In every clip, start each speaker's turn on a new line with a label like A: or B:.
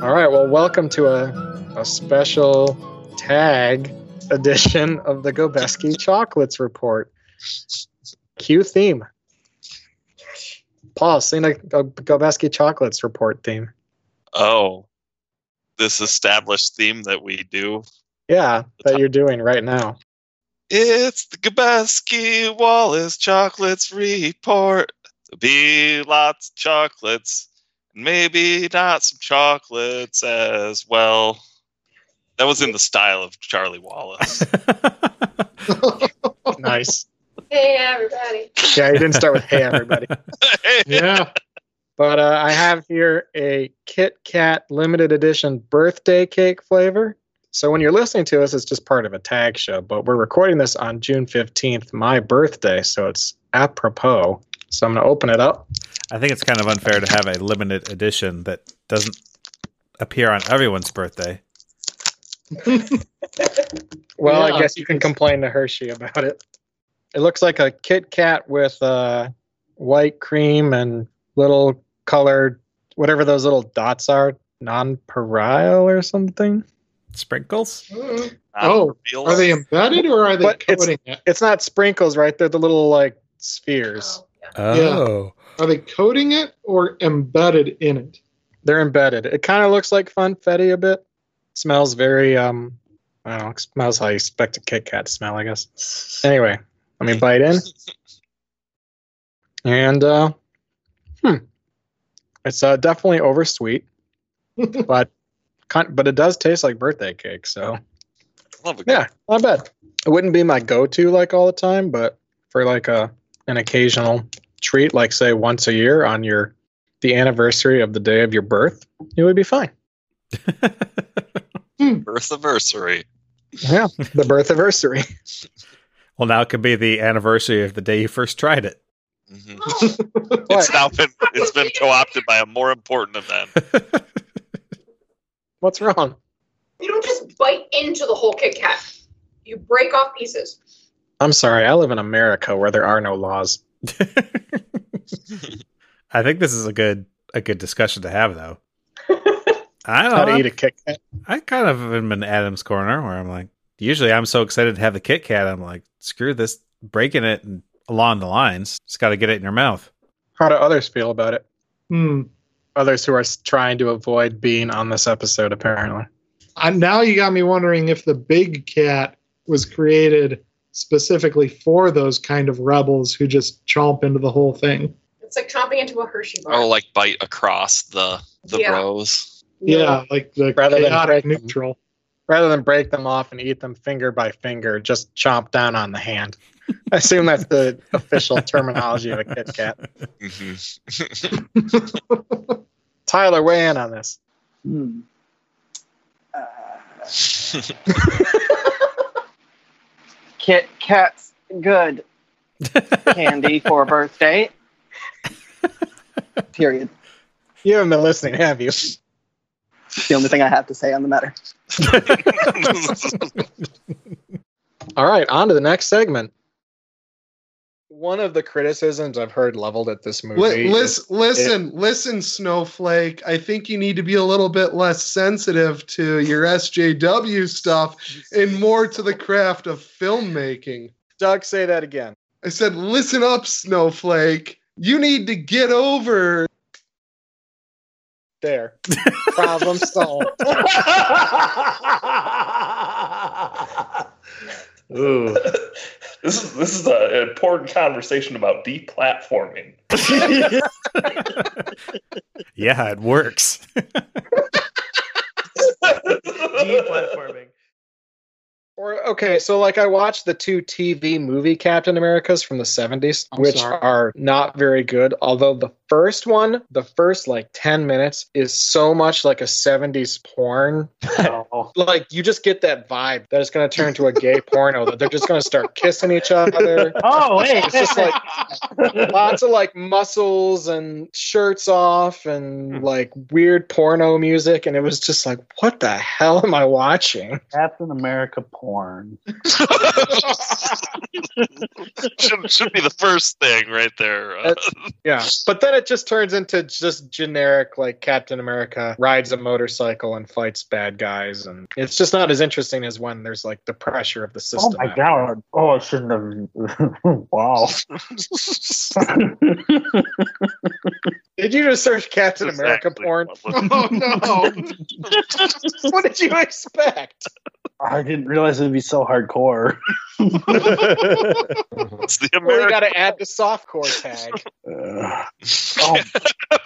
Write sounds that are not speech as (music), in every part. A: welcome to a, a special tag edition of the Gobeski Chocolates Report. Cue theme. Paul, sing a, a Gobeski Chocolates Report theme.
B: Oh, this established theme that we do.
A: Yeah, that you're doing right now.
B: It's the Gabaski Wallace Chocolates Report. There'll be lots of chocolates, and maybe not some chocolates as well. That was in the style of Charlie Wallace.
A: Nice.
C: Hey, everybody.
A: yeah, you didn't start with hey everybody.
D: (laughs) Yeah.
A: But uh, I have here a Kit Kat limited edition birthday cake flavor. So when you're listening to us, it's just part of a tag show, but we're recording this on June 15th, my birthday. So it's apropos. So I'm going to open it up.
E: I think it's kind of unfair to have a limited edition that doesn't appear on everyone's birthday.
A: Well, I
D: Yeah,
A: guess you can
D: because-
A: complain to Hershey about it. It looks like a Kit Kat with uh, white cream and little colored, whatever those little dots are, nonpareil or something.
E: Sprinkles?
A: Mm-hmm.
C: Mm.
D: Oh,
B: Reveals.
D: Are they embedded or are they
A: But it's-
D: coating it?
A: It's not sprinkles, right? They're the little like spheres.
C: Oh, yeah.
E: Oh.
D: Are they coating it or embedded in it?
A: They're embedded. It kind of looks like funfetti a bit. Smells very um, I don't know. it Smells how you expect a Kit Kat to smell, I guess. Anyway, let me bite in. And uh, hmm, it's uh, definitely oversweet, but kind, but it does taste like birthday cake. So
B: (laughs) Love a good-
A: yeah, not bad. It wouldn't be my go-to like all the time, but for like a an occasional treat, like say once a year on your the anniversary of the day of your birth, it would be fine.
B: birth anniversary.
A: Yeah, the birth anniversary. (laughs)
E: well, now it could be the anniversary of the day you first tried it. (laughs)
B: Mhm.
C: Oh,
B: It's now been it's been co-opted by a more important
C: (laughs)
B: event.
A: What's wrong?
C: you don't just bite into the whole Kit Kat. You break off pieces.
A: I'm sorry. I live in America where there are no laws.
E: I think this is a good a good discussion to have
C: (laughs)
E: though. I
A: How
E: don't
A: to
E: know.
A: eat a Kit Kat?
E: I kind of am in Adam's corner where I'm like, usually I'm so excited to have the Kit Kat, I'm like, screw this, breaking it and along the lines. Just got to get it in your mouth.
A: How do others feel about it?
D: Hmm.
A: Others who are s- trying to avoid being on this episode, apparently.
D: I, now you got me wondering if the big cat was created specifically for those kind of rebels who just chomp into the whole thing.
C: It's like chomping into a Hershey bar.
B: Oh, like bite across the the
C: Yeah.
B: rows.
D: Yeah, like the
A: Rather than
D: chaotic
A: break them.
D: neutral.
A: Rather than break them off and eat them finger by finger, just chomp down on the hand. I assume that's the official terminology of a Kit Kat.
B: hmm
A: Tyler, weigh in on this.
F: Hmm. Uh, Kit Kat's good candy for birthday. Period.
A: You haven't been listening, have you?
F: It's the only thing I have to say on the matter.
A: (laughs) All right, on to the next segment. One of the criticisms I've heard leveled at this movie.
G: Li-
A: is-
G: lis- listen, listen, Snowflake. I think you need to be a little bit less sensitive to your SJW stuff and more to the craft of filmmaking.
A: Doug, say that again.
G: I said, listen up, Snowflake. You need to get over.
A: There.
G: (laughs)
A: Problem solved.
H: Ooh. (laughs) This is this is an important conversation about deplatforming.
E: yeah, it works.
H: deplatforming.
A: Or okay, so like I watched the two TV movie Captain Americas from the 70s,
D: I'm
A: which
D: sorry.
A: are not very good. Although the first one, the first like 10 minutes is so much like a 70s porn.
F: Oh.
I: wow.
A: (laughs) Like you just get that vibe that it's going to turn to a
F: (laughs)
A: gay porno that they're just going to start kissing each other.
F: Oh wait,
A: It's just like lots of like muscles and shirts off
F: Hmm.
A: and like weird porno music and it was just like what the hell am I watching?
F: Captain America porn.
B: (laughs)
G: (laughs)
B: should, should be the first thing right there. Uh,
A: Yeah. But then it just turns into just generic like Captain America rides a motorcycle and fights bad guys and it's just not as interesting as when there's like the pressure of the
F: Oh
A: system.
F: my god! Oh, I shouldn't have.
G: (laughs)
F: (laughs) wow.
A: Did you just search Captain America
B: (laughs) Exactly. (laughs)
A: porn? (laughs)
I: Oh no.
A: What did you expect?
F: I didn't realize it would be so hardcore.
G: (laughs)
B: It's the
A: Well, you
B: American.
A: got to add the softcore tag.
F: Uh, oh, I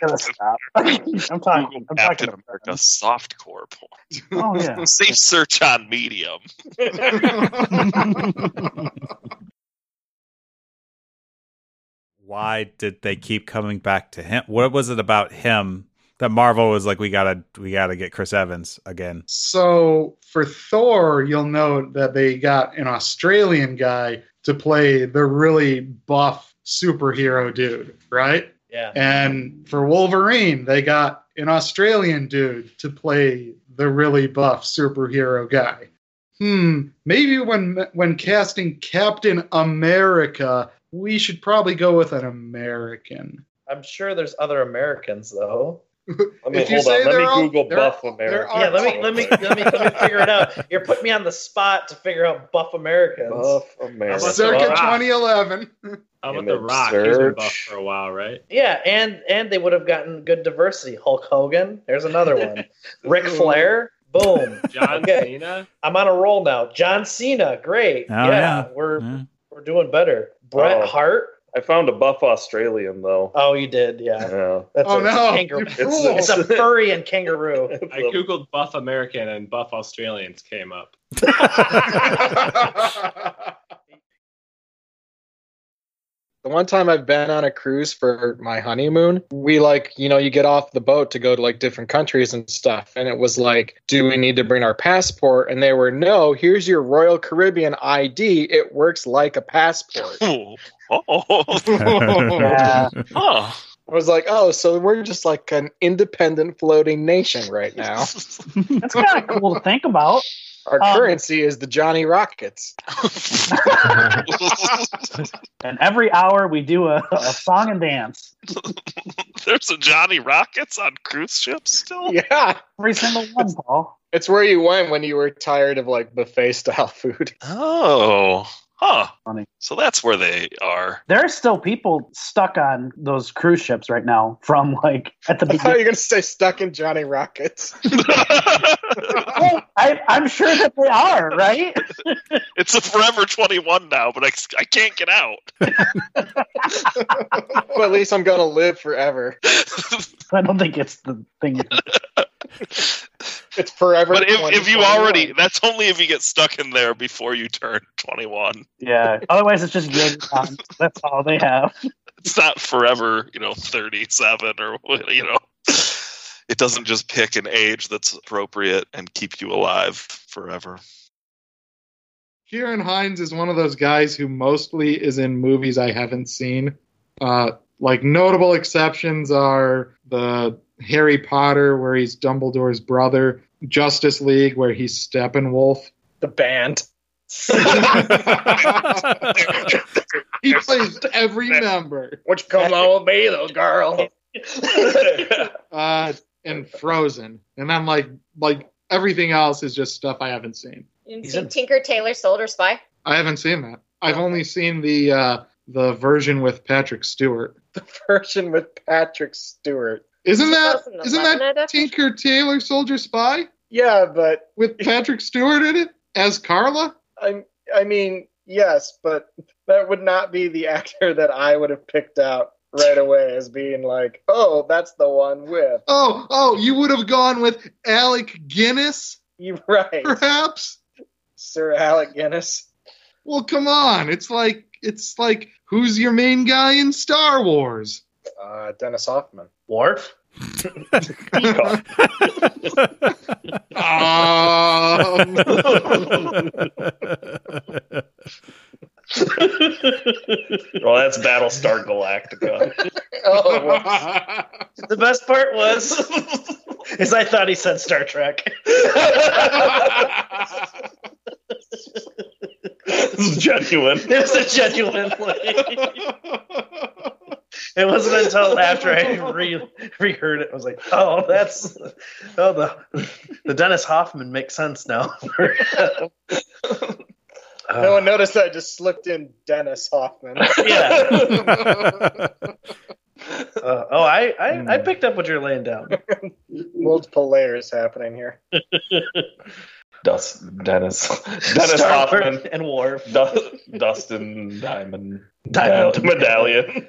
F: gotta stop. (laughs) I'm talking. I'm talking
B: Captain
F: about
B: (laughs) A soft core porn.
F: Oh
G: (laughs)
F: yeah.
B: Safe search on Medium.
E: Why did they keep coming back to him? What was it about him that Marvel was like, we gotta, we gotta get Chris Evans again?
G: So for Thor, you'll note that they got an Australian guy to play the really buff superhero dude, right?
A: Yeah.
G: And for Wolverine, they got an Australian dude to play the really buff superhero guy. Hmm, maybe when when casting Captain America, we should probably go with an American.
J: I'm sure there's other Americans though.
K: Let me
G: If you
K: hold
G: say
K: on. Let
G: there
K: me
G: are-
K: Google
G: there
K: Buff
G: (laughs) are-
K: America.
G: there are-
J: yeah, let me let me let me let me figure it out. You're putting me on the spot to figure out buff Americans.
K: Buff America.
L: That's
G: Circa
L: right.
G: 2011.
L: How about The
K: Image
L: Rock? He's been buff
K: search.
F: (laughs)
L: for a while, right?
J: Yeah, and and they would have gotten good diversity. Hulk Hogan, there's another one. Ric Flair, boom.
L: John
J: Okay.
L: Cena.
J: I'm on a roll now. John Cena, great.
E: Oh,
J: yeah,
E: yeah.
J: we're
E: Yeah.
J: we're doing better. Bret
K: Oh.
J: Hart.
K: I found a buff Australian though.
J: Oh, you did, yeah.
K: Yeah.
J: That's
G: Oh
J: a
G: no.
J: kangaroo.
G: You fool.
J: It's a furry and kangaroo.
K: It's
L: I
K: a-
L: googled buff American and buff Australians came up.
A: The one time I've been on a cruise for my honeymoon, we like, you know, you get off the boat to go to like different countries and stuff. And it was like, do we need to bring our passport? And they were, no, here's your Royal Caribbean ID. It works like a passport.
B: (laughs)
A: I
B: Oh,
A: (laughs)
B: oh,
F: Yeah.
B: huh.
A: was like, oh, so we're just like an independent floating nation right now.
F: That's kind of cool to think about.
A: Our
F: Um,
A: currency is the Johnny Rockets. (laughs)
F: And every hour we do a, a song and dance.
B: (laughs) There's a Johnny Rockets on cruise ships still.
A: Yeah.
F: Every single one, Paul.
A: It's where you went when you were tired of like buffet style (laughs)
B: (laughs)
A: food.
B: Oh, huh.
F: Funny.
B: So that's where they (laughs) are.
F: There are still people stuck on those cruise ships right now from like at the
A: I
J: (laughs)
A: thought you
F: beginning.
A: were going to say stuck in Johnny Rockets. (laughs)
F: I, I'm sure that they are, right? (laughs)
B: it's a forever 21 now, but I, I can't get out. (laughs)
A: well, at least I'm going to live forever.
F: I don't think it's the thing.
A: It's forever.
B: But if, if you
A: 2021.
B: already, that's only if you get stuck in there before you turn 21.
F: Yeah. Otherwise, it's just yoga. time. That's all they have.
B: It's not forever, you know, 37 or, what, you know. It doesn't just pick an age that's appropriate and keep you alive forever.
G: Kieran Hines is one of those guys who mostly is in movies I haven't seen. Uh, like notable exceptions are the Harry Potter, where he's Dumbledore's brother, Justice League, where he's Steppenwolf. (laughs)
A: the band.
G: He plays every member.
J: Which comes on with me, though, girl.
G: Uh, and Frozen, and I'm like, like everything else is just stuff I haven't seen.
C: You
J: He's
C: see
J: in-
C: Tinker Tailor Soldier Spy?
G: I haven't seen that. I've only seen the uh, the version with Patrick Stewart.
A: Version with Patrick Stewart.
G: Isn't that
C: 2011,
G: isn't that
C: I think.
G: Tinker Tailor Soldier Spy
A: Yeah, but
G: with Patrick Stewart in it as Carla?
A: I I mean, yes, but that would not be the (laughs) actor that I would have picked out right away as being like, oh, that's the one with (laughs)
G: Oh, oh, you would have gone with Alec Guinness,
A: you,
G: (laughs)
A: right,
G: perhaps?
A: Sir Alec Guinness.
G: Well, come on. It's like it's like who's your main guy in Star Wars?
A: Uh, Dennis Hoffman.
J: (laughs) Worf?
B: well, that's Battlestar Galactica.
J: oh, the best part
B: (laughs)
J: was is I thought he said Star Trek.
B: This is genuine.
J: It was a genuine It wasn't until after I re- reheard it, I was like, "Oh, that's oh the the Dennis Hoffman makes sense
B: (laughs)
J: now." Oh,
A: no
M: Uh,
A: one noticed I just slipped in Dennis
M: (laughs)
A: Hoffman.
B: (laughs)
J: Yeah. Uh, oh, I, I I
B: Hmm.
J: picked up what you're laying down.
A: Multiple layers happening here.
B: Dust, Dennis, Dennis
J: Star
B: Hoffman,
J: Trek and Worf,
B: Du- Dustin Diamond,
J: Diamond
B: Medall- medallion.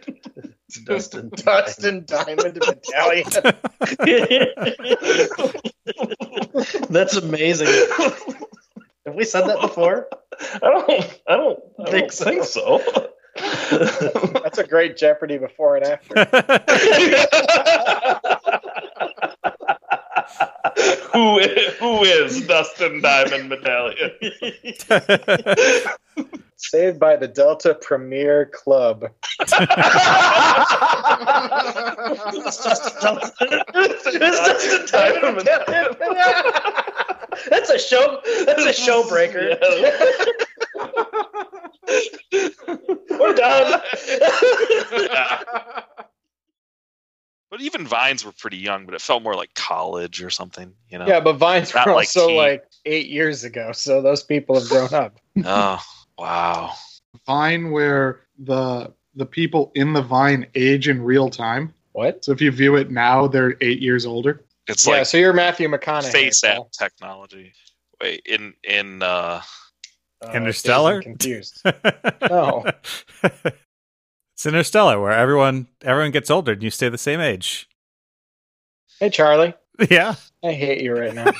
J: Dustin,
M: (laughs)
A: Dustin Diamond Medallion.
J: That's amazing. Have we said that before?
B: I don't, I don't, I don't
J: Think
B: think,
J: so.
B: so.
A: That's a great Jeopardy before and after.
B: who, is, who is Dustin
M: (laughs)
B: Diamond medallion?
A: Saved by the Delta Premier Club.
J: It's just Dustin. It's just
B: Diamond
J: Diamond.
B: medallion.
J: That's a show. That's a show (laughs) breaker.
B: We're done.
M: But even Vines were pretty young, but it felt more like college or something, you know?
A: Yeah, but Vines
M: Not
A: were
M: like
A: also
M: tea.
A: like eight years ago, so those people have grown up.
M: oh, wow.
G: Vine where the the people in the Vine age in real time.
A: What?
G: So if you view it now, they're eight years older.
M: It's
A: yeah,
M: like
A: so you're Matthew McConaughey.
M: face
A: Paul.
M: app technology. Wait, in, in, uh,
A: Uh,
E: Interstellar?
A: Jason Confused. No.
E: (laughs) It's Interstellar, where everyone everyone gets older and you stay the same age. (laughs)
A: Hey, Charlie.
J: (laughs)
E: Yeah.
A: I hate you right now.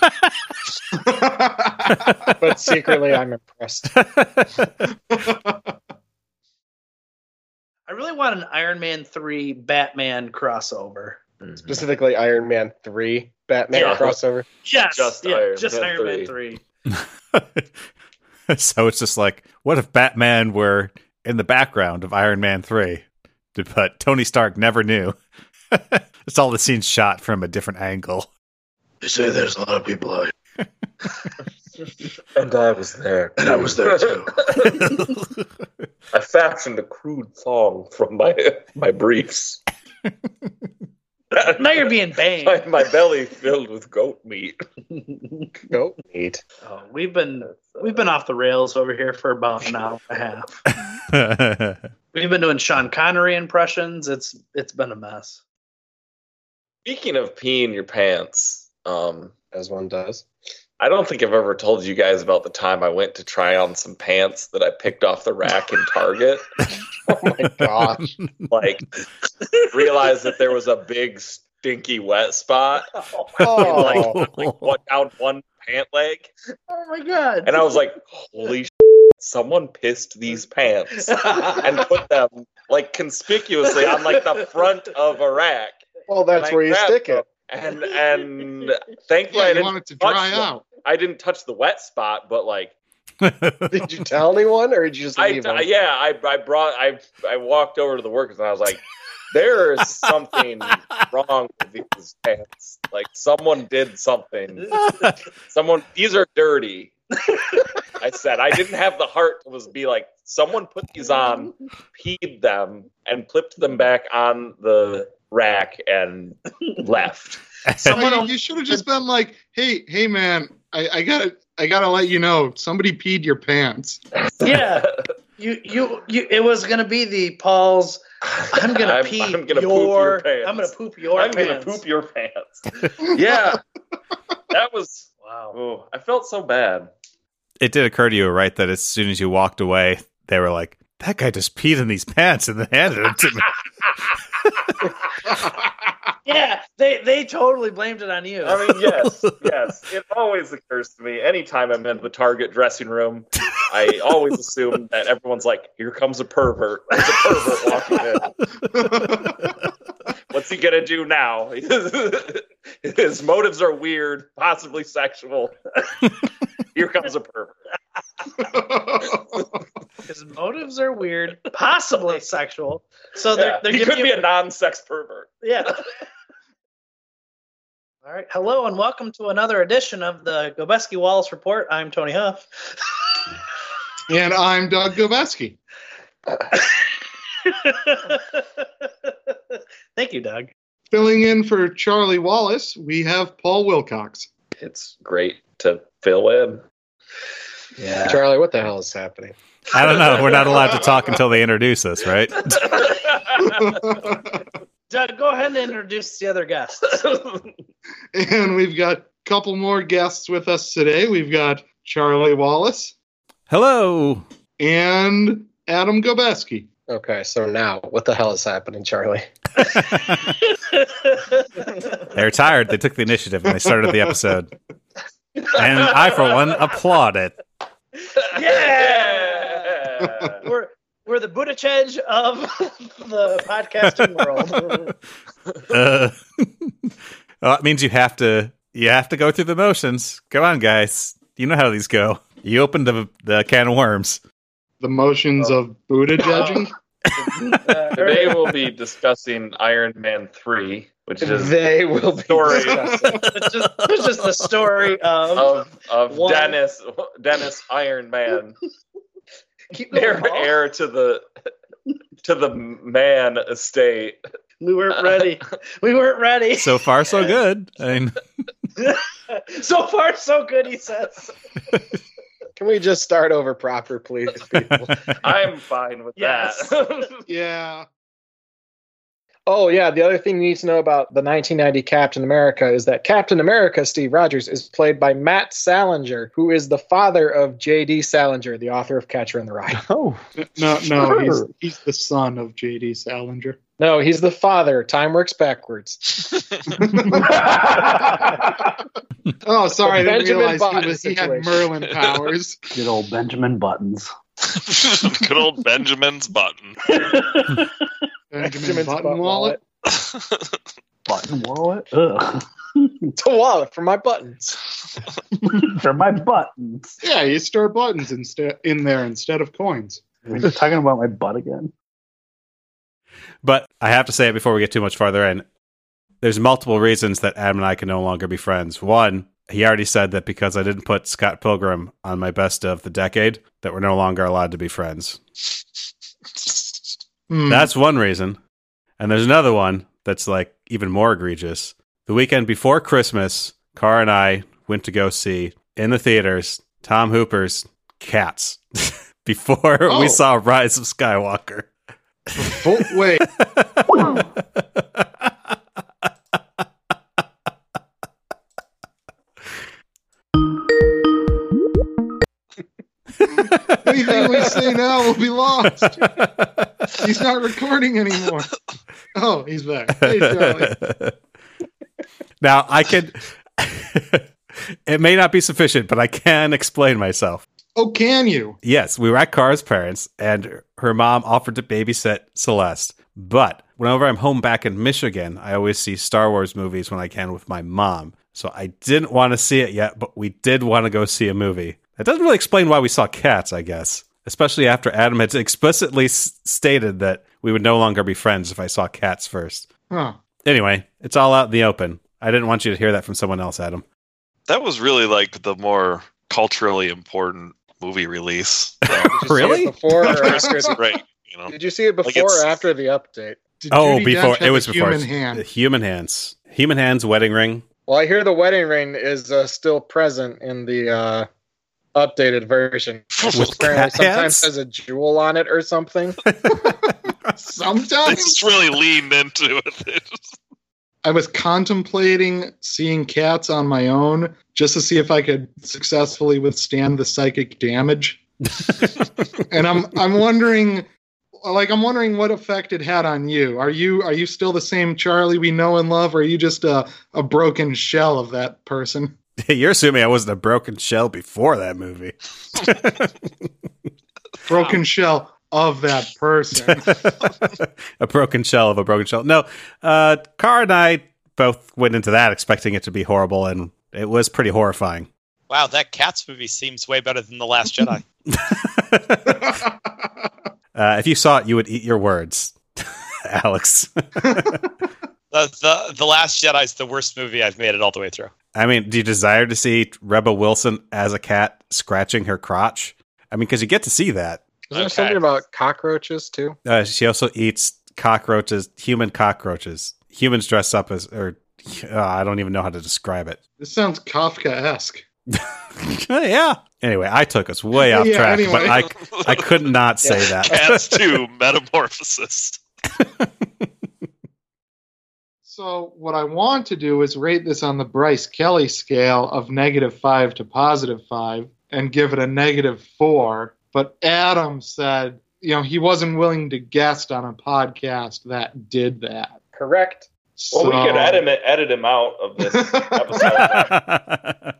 M: (laughs)
A: but secretly, I'm impressed.
J: (laughs) I really want an Iron Man three Batman crossover.
A: Specifically, Iron Man 3 Batman
B: Yeah.
M: (laughs)
A: crossover.
J: Yes,
B: Just
J: yeah,
B: Iron
J: just
B: Man
J: Iron Man
B: 3.
J: three.
E: (laughs) so it's just like, what if Batman were in the background of Iron Man three, but Tony Stark never knew. (laughs) it's all the scenes shot from a different angle. (laughs)
F: They say there's a lot of people out
B: And I was there.
F: And I was there, too.
B: I fashioned a crude song from my my briefs.
J: Now you're being
B: my,
J: banged.
B: my belly filled with goat meat.
A: Go meet.
J: Oh, we've been we've been off the rails over here for about an hour and a half. We've been doing Sean Connery impressions. It's it's been a mess.
B: Speaking of peeing your pants, um,
A: As one does.
B: I don't think I've ever told you guys about the time I went to try on some pants that I picked off the rack in Target.
A: My gosh.
B: Like, (laughs) realized that there was a big stinky wet spot.
A: Oh,
B: Like, like one, down one pant leg.
J: (laughs) Oh my god!
B: And I was like, holy shit, someone pissed these pants
J: (laughs)
B: and put them like conspicuously on like the front of a rack.
A: well,
B: And
A: that's
B: I
A: where you
M: uh,
B: grabbed
A: stick it.
B: them. And and thankfully
G: Yeah,
B: I
G: you
B: didn't
G: want it to
B: touch
G: dry
B: them.
G: out.
B: I didn't touch the wet spot, but like
A: Did you tell anyone, or did you just
B: I
A: leave them?
B: yeah, I I brought I I walked over to the workers and I was like, there is something wrong with these pants. Like someone did something. Someone these are dirty. I said I didn't have the heart to was be like someone put these on, peed them, and flipped them back on the rack and left.
J: Someone
G: Like, you should have just been like, "Hey, hey, man, I, I gotta, I gotta let you know, somebody peed your pants."
J: (laughs)
B: (laughs)
J: yeah, you you you. It was gonna be the Paul's. I'm gonna
B: I'm-
J: pee
B: I'm gonna poop
J: your.
B: your pants.
J: I'm gonna poop your
B: I'm
J: pants.
B: gonna poop your
J: (laughs)
B: pants. yeah, that was.
J: wow.
B: Oh, I felt so bad.
E: it did occur to you, right, that as soon as you walked away, they were like, "That guy just peed in these pants and then handed them to me."
J: Yeah, they they totally blamed it on you.
B: I mean, yes, yes. It always occurs to me anytime I'm in the Target dressing room, I always assume that everyone's like, "Here comes a pervert." There's a pervert walking in.
N: What's he gonna do
F: (laughs)
N: now? His motives are weird, possibly
F: (laughs)
N: sexual. Here comes a pervert.
J: His motives are weird, possibly sexual. So
N: Yeah,
J: they're, they're
N: he
J: giving
N: could
J: you
N: be a non-sex pervert.
J: Yeah. (laughs) All right. Hello and welcome to another edition of the Gobeski Wallace Report. I'm Tony Huff. (laughs)
G: And I'm Doug Gobeski.
J: Thank you, Doug.
G: Filling in for Charlie Wallace, we have Paul Wilcox. (laughs)
N: It's great to fill in.
J: Yeah.
A: Charlie, what the hell is happening?
E: I don't know. We're not allowed to talk until they introduce us, right?
J: (laughs) Doug, go ahead and introduce the other guests. (laughs)
G: And we've got a couple more guests with us today. We've got Charlie Wallace.
E: Hello.
G: And Adam Gobeski.
A: Okay, so now what the hell is happening, Charlie?
E: They're tired. They took the initiative and they started the episode. And I, for one, applaud it.
J: yeah. (laughs) we're we're the Buttigieg of (laughs) the podcasting
N: (laughs)
J: world.
E: Uh, (laughs) well, it means you have to you have to go through the motions. Come on, guys. You know how these go. You opened the the can of worms.
G: The motions of
A: (laughs)
G: Buddha judging.
J: Uh,
N: Today we'll be discussing Iron Man 3, which is
A: They will be
N: story
J: it's, just, it's just the story of,
N: of, of
J: One.
N: Dennis Dennis Iron Man.
J: Keep going,
N: heir,
J: Paul.
N: heir to the to the man estate.
J: We weren't ready. We weren't
N: (laughs)
J: ready.
E: So far, so good. I mean,
J: so far, so good, he says.
A: Can we just start over proper, please? People?
N: I'm fine with
B: (laughs)
J: Yes.
G: yeah.
A: Oh yeah, the other thing you need to know about the 1990 Captain America is that Captain America Steve Rogers is played by Matt Salinger, who is the father of J.D. Salinger, the author of Catcher in the Rye. Oh
G: No, no, he's
A: Sure.
G: he's the son of J.D. Salinger.
A: no, he's the father. Time works backwards.
G: Oh, sorry, I didn't
A: Benjamin
G: realize he,
A: Button
G: was, he had
A: situation.
G: Merlin
A: (laughs)
G: powers.
F: Good old Benjamin (laughs) Buttons.
B: (laughs) Good old Benjamin's button. (laughs)
G: Benjamin Button Wallet.
F: Button wallet? Ugh. (laughs)
A: It's a wallet for my buttons.
B: (laughs)
F: For my buttons.
G: Yeah, you store buttons instead in there instead of coins.
F: Are you talking about my butt again?
E: but I have to say it before we get too much farther in. There's multiple reasons that Adam and I can no longer be friends. One, he already said that because I didn't put Scott Pilgrim on my best of the decade, that we're no longer allowed to be friends. That's one reason. And there's another one that's like even more egregious. The weekend before Christmas, Car and I went to go see in the theaters Tom Hooper's Cats (laughs) before
G: Oh.
E: we saw Rise of Skywalker.
G: Oh, wait. Anything we say now will be lost. He's not recording anymore. Oh, he's back. Hey, Charlie.
E: now I could. (laughs) it may not be sufficient, but I can explain myself.
G: Oh, can you?
E: Yes, we were at Cara's parents, and her mom offered to babysit Celeste. But whenever I'm home back in Michigan, I always see Star Wars movies when I can with my mom. So I didn't want to see it yet, but we did want to go see a movie. That doesn't really explain why we saw cats, I guess, especially after Adam had explicitly s- stated that we would no longer be friends if I saw cats first.
G: Huh.
E: Anyway, it's all out in the open. I didn't want you to hear that from someone else, Adam.
B: That was really like the more culturally important movie release.
E: Really?
A: Before or after
B: Christmas
A: the,
B: break, you know.
A: did you see it
B: Like
A: before
B: it's-
A: or after the update?
E: oh,
G: Judi
E: before
G: Dench
E: it
G: have
E: was
G: a
E: before
G: human
E: it's-
G: hand?
E: human hands, human hands, wedding ring. (laughs)
A: Well, I hear the wedding ring is uh, still present in the uh, updated version. Which
E: With
A: apparently
E: cat hands?
A: sometimes has a jewel on it or
B: (laughs)
A: something.
B: They
G: Sometimes
B: just really leaned into it.
G: I was contemplating seeing cats on my own just to see if I could successfully withstand the psychic damage. and
J: (laughs)
G: I'm I'm wondering like I'm wondering what effect it had on you. Are you are you still the same Charlie we know and love, or are you just a, a broken shell of that person?
E: (laughs) You're assuming I wasn't a broken shell before that movie.
G: Broken shell of
J: (laughs)
G: that person.
E: (laughs) a broken shell of a broken shell. No, uh, Car and I both went into that expecting it to be horrible, and it was pretty horrifying. (laughs)
O: Wow, that Cats movie seems way better than The Last
J: (laughs)
O: Jedi.
E: Uh, if you saw it, you would eat your words, (laughs) Alex.
O: The, the The Last Jedi is the worst movie I've made it all the way through.
E: I mean, do you desire to see Rebel Wilson as a cat scratching her crotch? I mean, because you get to see that.
P: Is there something about cockroaches too?
E: Uh, she also eats cockroaches, human cockroaches. Humans dress up as, or (sighs) uh, I don't even know how to describe it.
G: This sounds Kafka esque.
E: yeah. Anyway, I took us way off
G: Yeah,
E: track,
G: anyway.
E: but I,
B: (laughs)
E: I could not say that.
Q: Cats 2 Metamorphosis.
G: So, what I want to do is rate this on the Bryce Kelly scale of negative five to positive five and give it a negative four. But Adam said, you know, he wasn't willing to guest on a podcast that did that.
A: Correct.
G: So,
B: Well, we could edit, him- edit him out of this (laughs) episode.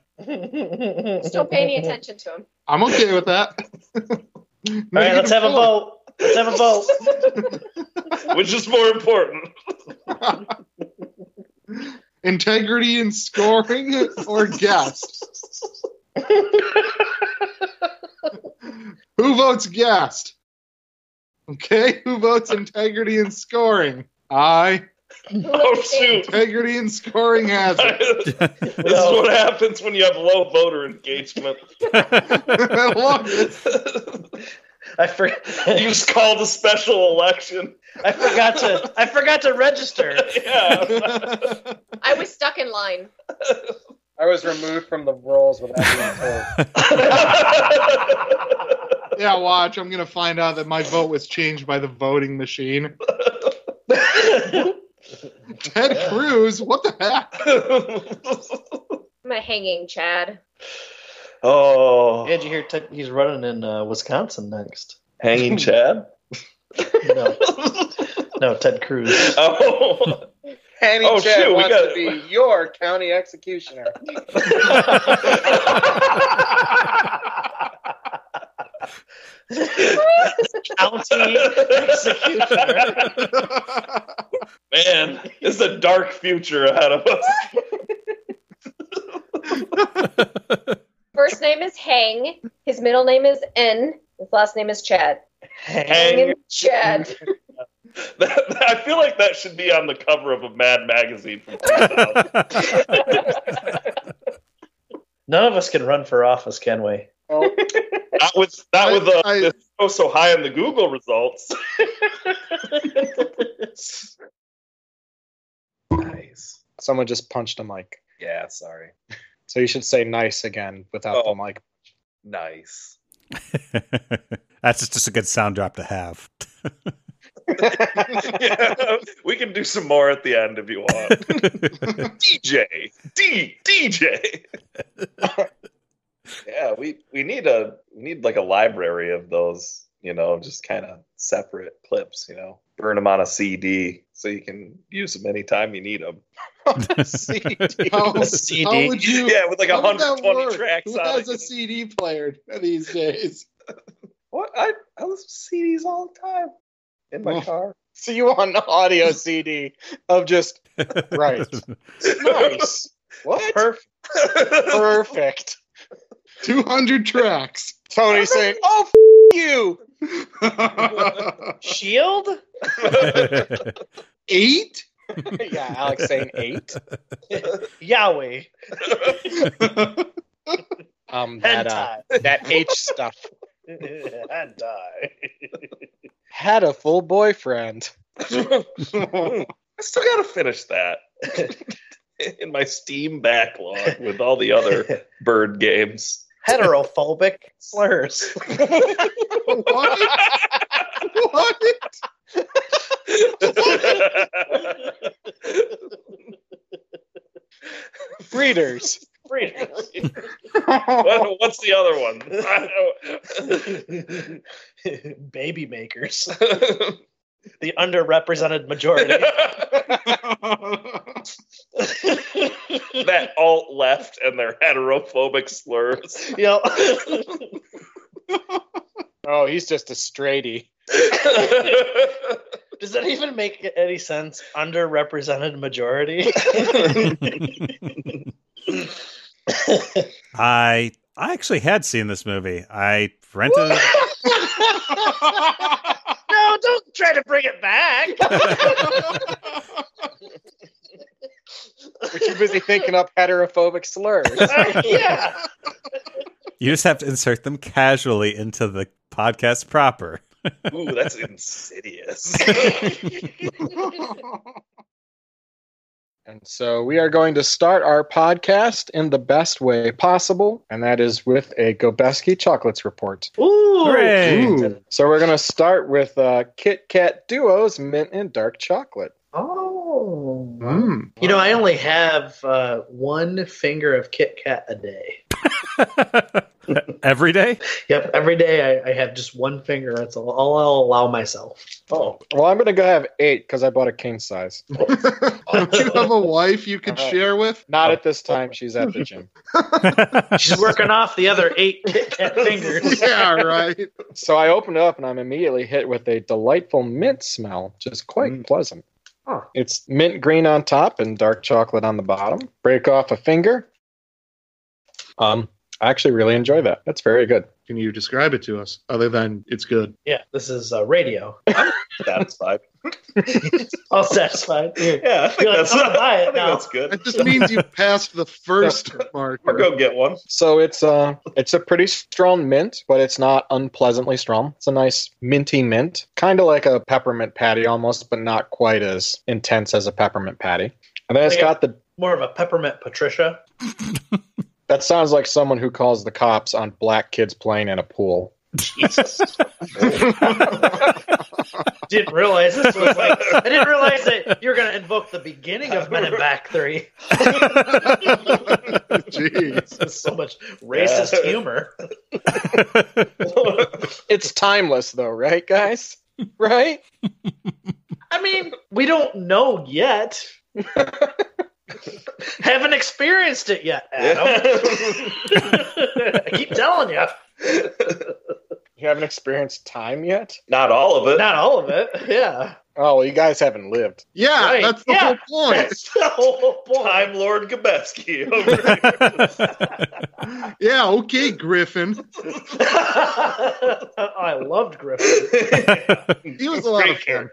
C: Still pay any attention to him.
G: I'm okay with that. (laughs) All
J: right, let's have a vote. Let's have a vote.
B: Which is more important? (laughs)
G: Integrity in scoring
A: (laughs)
G: or guest? who votes guest? Okay, who votes integrity in scoring? I.
B: Oh, shoot.
G: Integrity in scoring has
J: (laughs)
B: it. (laughs) this is what happens when you have low voter engagement.
G: I love
J: I forgot.
B: (laughs) You just called a special election.
J: I forgot to. I forgot to register.
B: (laughs)
J: (laughs)
B: yeah.
C: I was stuck in line.
A: I was removed from the rolls without (laughs) being told.
G: (laughs) Yeah, watch. I'm gonna find out that my vote was changed by the voting machine. Ted Cruz, what the heck?
C: I'm a hanging Chad.
B: Oh.
J: Yeah, did you hear Ted- he's running in uh, Wisconsin next?
B: Hanging Chad?
J: no. No, Ted Cruz.
B: Oh.
A: Hanny
B: Oh,
A: Chad
B: shoot, we
A: wants
B: got-
A: to be your county executioner.
B: (laughs)
J: County executioner.
B: Man, it's a dark future ahead of us.
C: First name is Hang. His middle name is N. His last name is Chad.
B: Hang.
C: Chad. (laughs)
B: I feel like that should be on the cover of a Mad magazine. From 2000.
J: (laughs) None of us can run for office, can we?
B: not with, not with uh, the show so high on the Google results.
P: Someone just punched a mic.
B: Yeah, sorry.
P: So you should say nice again without the mic.
B: Nice.
E: (laughs)
B: (laughs)
E: That's just a good sound drop to have.
B: Yeah, we can do some more at the end if you want. DJ, D, DJ. (laughs) yeah, we we need a we need like a library of those, you know, just kind of separate clips, you know. Burn them on a CD so you can use them anytime you need them. CD.
G: How,
B: CD.
G: how would you?
B: Yeah, with like
G: how would that
B: 120
G: work?
B: tracks
G: Who
B: on
G: has a CD player these days?
B: What I I listen to CDs all the time in my car.
A: So you want an audio CD of just right? Nice. What?
B: Perfect.
A: Perfect.
G: 200 tracks.
A: (laughs) Tony saying, "Oh, f- you." (laughs)
G: Hmm.
J: Shield?
G: Eight?
A: yeah, Alex saying eight.
J: Yahweh.
P: Um, that uh, that H stuff
J: and (laughs) die.
P: had a full boyfriend.
B: (laughs) I still gotta finish
J: (laughs)
B: that in my Steam (laughs) backlog with all the other bird games.
J: (laughs)
B: (laughs)
J: Heterophobic slurs.
G: what? What?
P: Breeders.
B: What- what's the other one? I
J: (laughs) Baby makers.
B: don't-
J: The underrepresented majority.
B: that alt left and their heterophobic slurs.
J: Yo.
P: Oh, he's just a straighty.
J: Does that even make any sense? Underrepresented majority.
E: (laughs) I I actually had seen this movie. I rented it.
J: no, don't try to bring it back.
R: We're too busy thinking up heterophobic slurs.
J: (laughs) yeah.
E: You just have to insert them casually into the podcast proper.
H: Ooh, that's insidious.
A: And so we are going to start our podcast in the best way possible, and that is with a Gobeski chocolates report.
J: Ooh,
E: Hooray.
A: So we're going to start with uh, Kit Kat Duos Mint and Dark Chocolate.
J: Oh. You know, I only have uh, one finger of Kit Kat a day.
E: Every day?
J: Yep, every day I, I have just one finger. That's all, all I'll allow myself.
A: Oh, well, I'm going to go have eight because I bought a king size.
G: Don't you have a wife you could
A: Uh, (laughs)
G: share with?
A: Not at this time. She's at the gym.
J: She's working off the other eight (laughs) Kit Kat fingers.
G: yeah, right.
A: So I open it up and I'm immediately hit with a delightful mint smell, just quite pleasant.
J: Mm. Huh.
A: It's mint green on top and dark chocolate on the bottom. Break off a finger. Um, I actually really enjoy that. That's very good.
G: Can you describe it to us other than it's good?
J: Yeah, this is uh, radio.
H: Satisfied.
J: (laughs) All satisfied.
H: Yeah, I think
J: You're like,
H: that's, (laughs)
J: I'm gonna buy it
H: I think
J: now.
H: that's good.
G: That just means you passed the first mark.
H: Or go get one.
A: So it's uh it's a pretty strong mint, but it's not unpleasantly strong. It's a nice minty mint, kind of like a peppermint patty almost, but not quite as intense as a peppermint patty. And then it's
J: Like a-
A: got the
J: More of a peppermint Patricia.
A: that sounds like someone who calls the cops on black kids playing in a pool.
J: Jesus. didn't realize this was like I didn't realize that you were gonna invoke the beginning of Men in Black Three.
G: Jeez.
J: There's so much racist
H: Yeah.
J: (laughs) humor.
A: It's timeless though, right, guys? Right?
J: I mean, we don't know
H: (laughs)
J: yet. Haven't experienced it yet, Adam. (laughs) I keep telling you,
A: You haven't experienced time yet?
H: Not all of it.
J: not all of it. Yeah,
A: Oh, well, you guys haven't lived.
G: Yeah,
J: Right.
G: that's the
J: Yeah.
G: whole point.
J: (laughs) that's the whole point.
H: Time Lord Gabeski over here.
G: Yeah, okay, Griffin.
J: (laughs) I loved Griffin.
G: He was a lot of fun.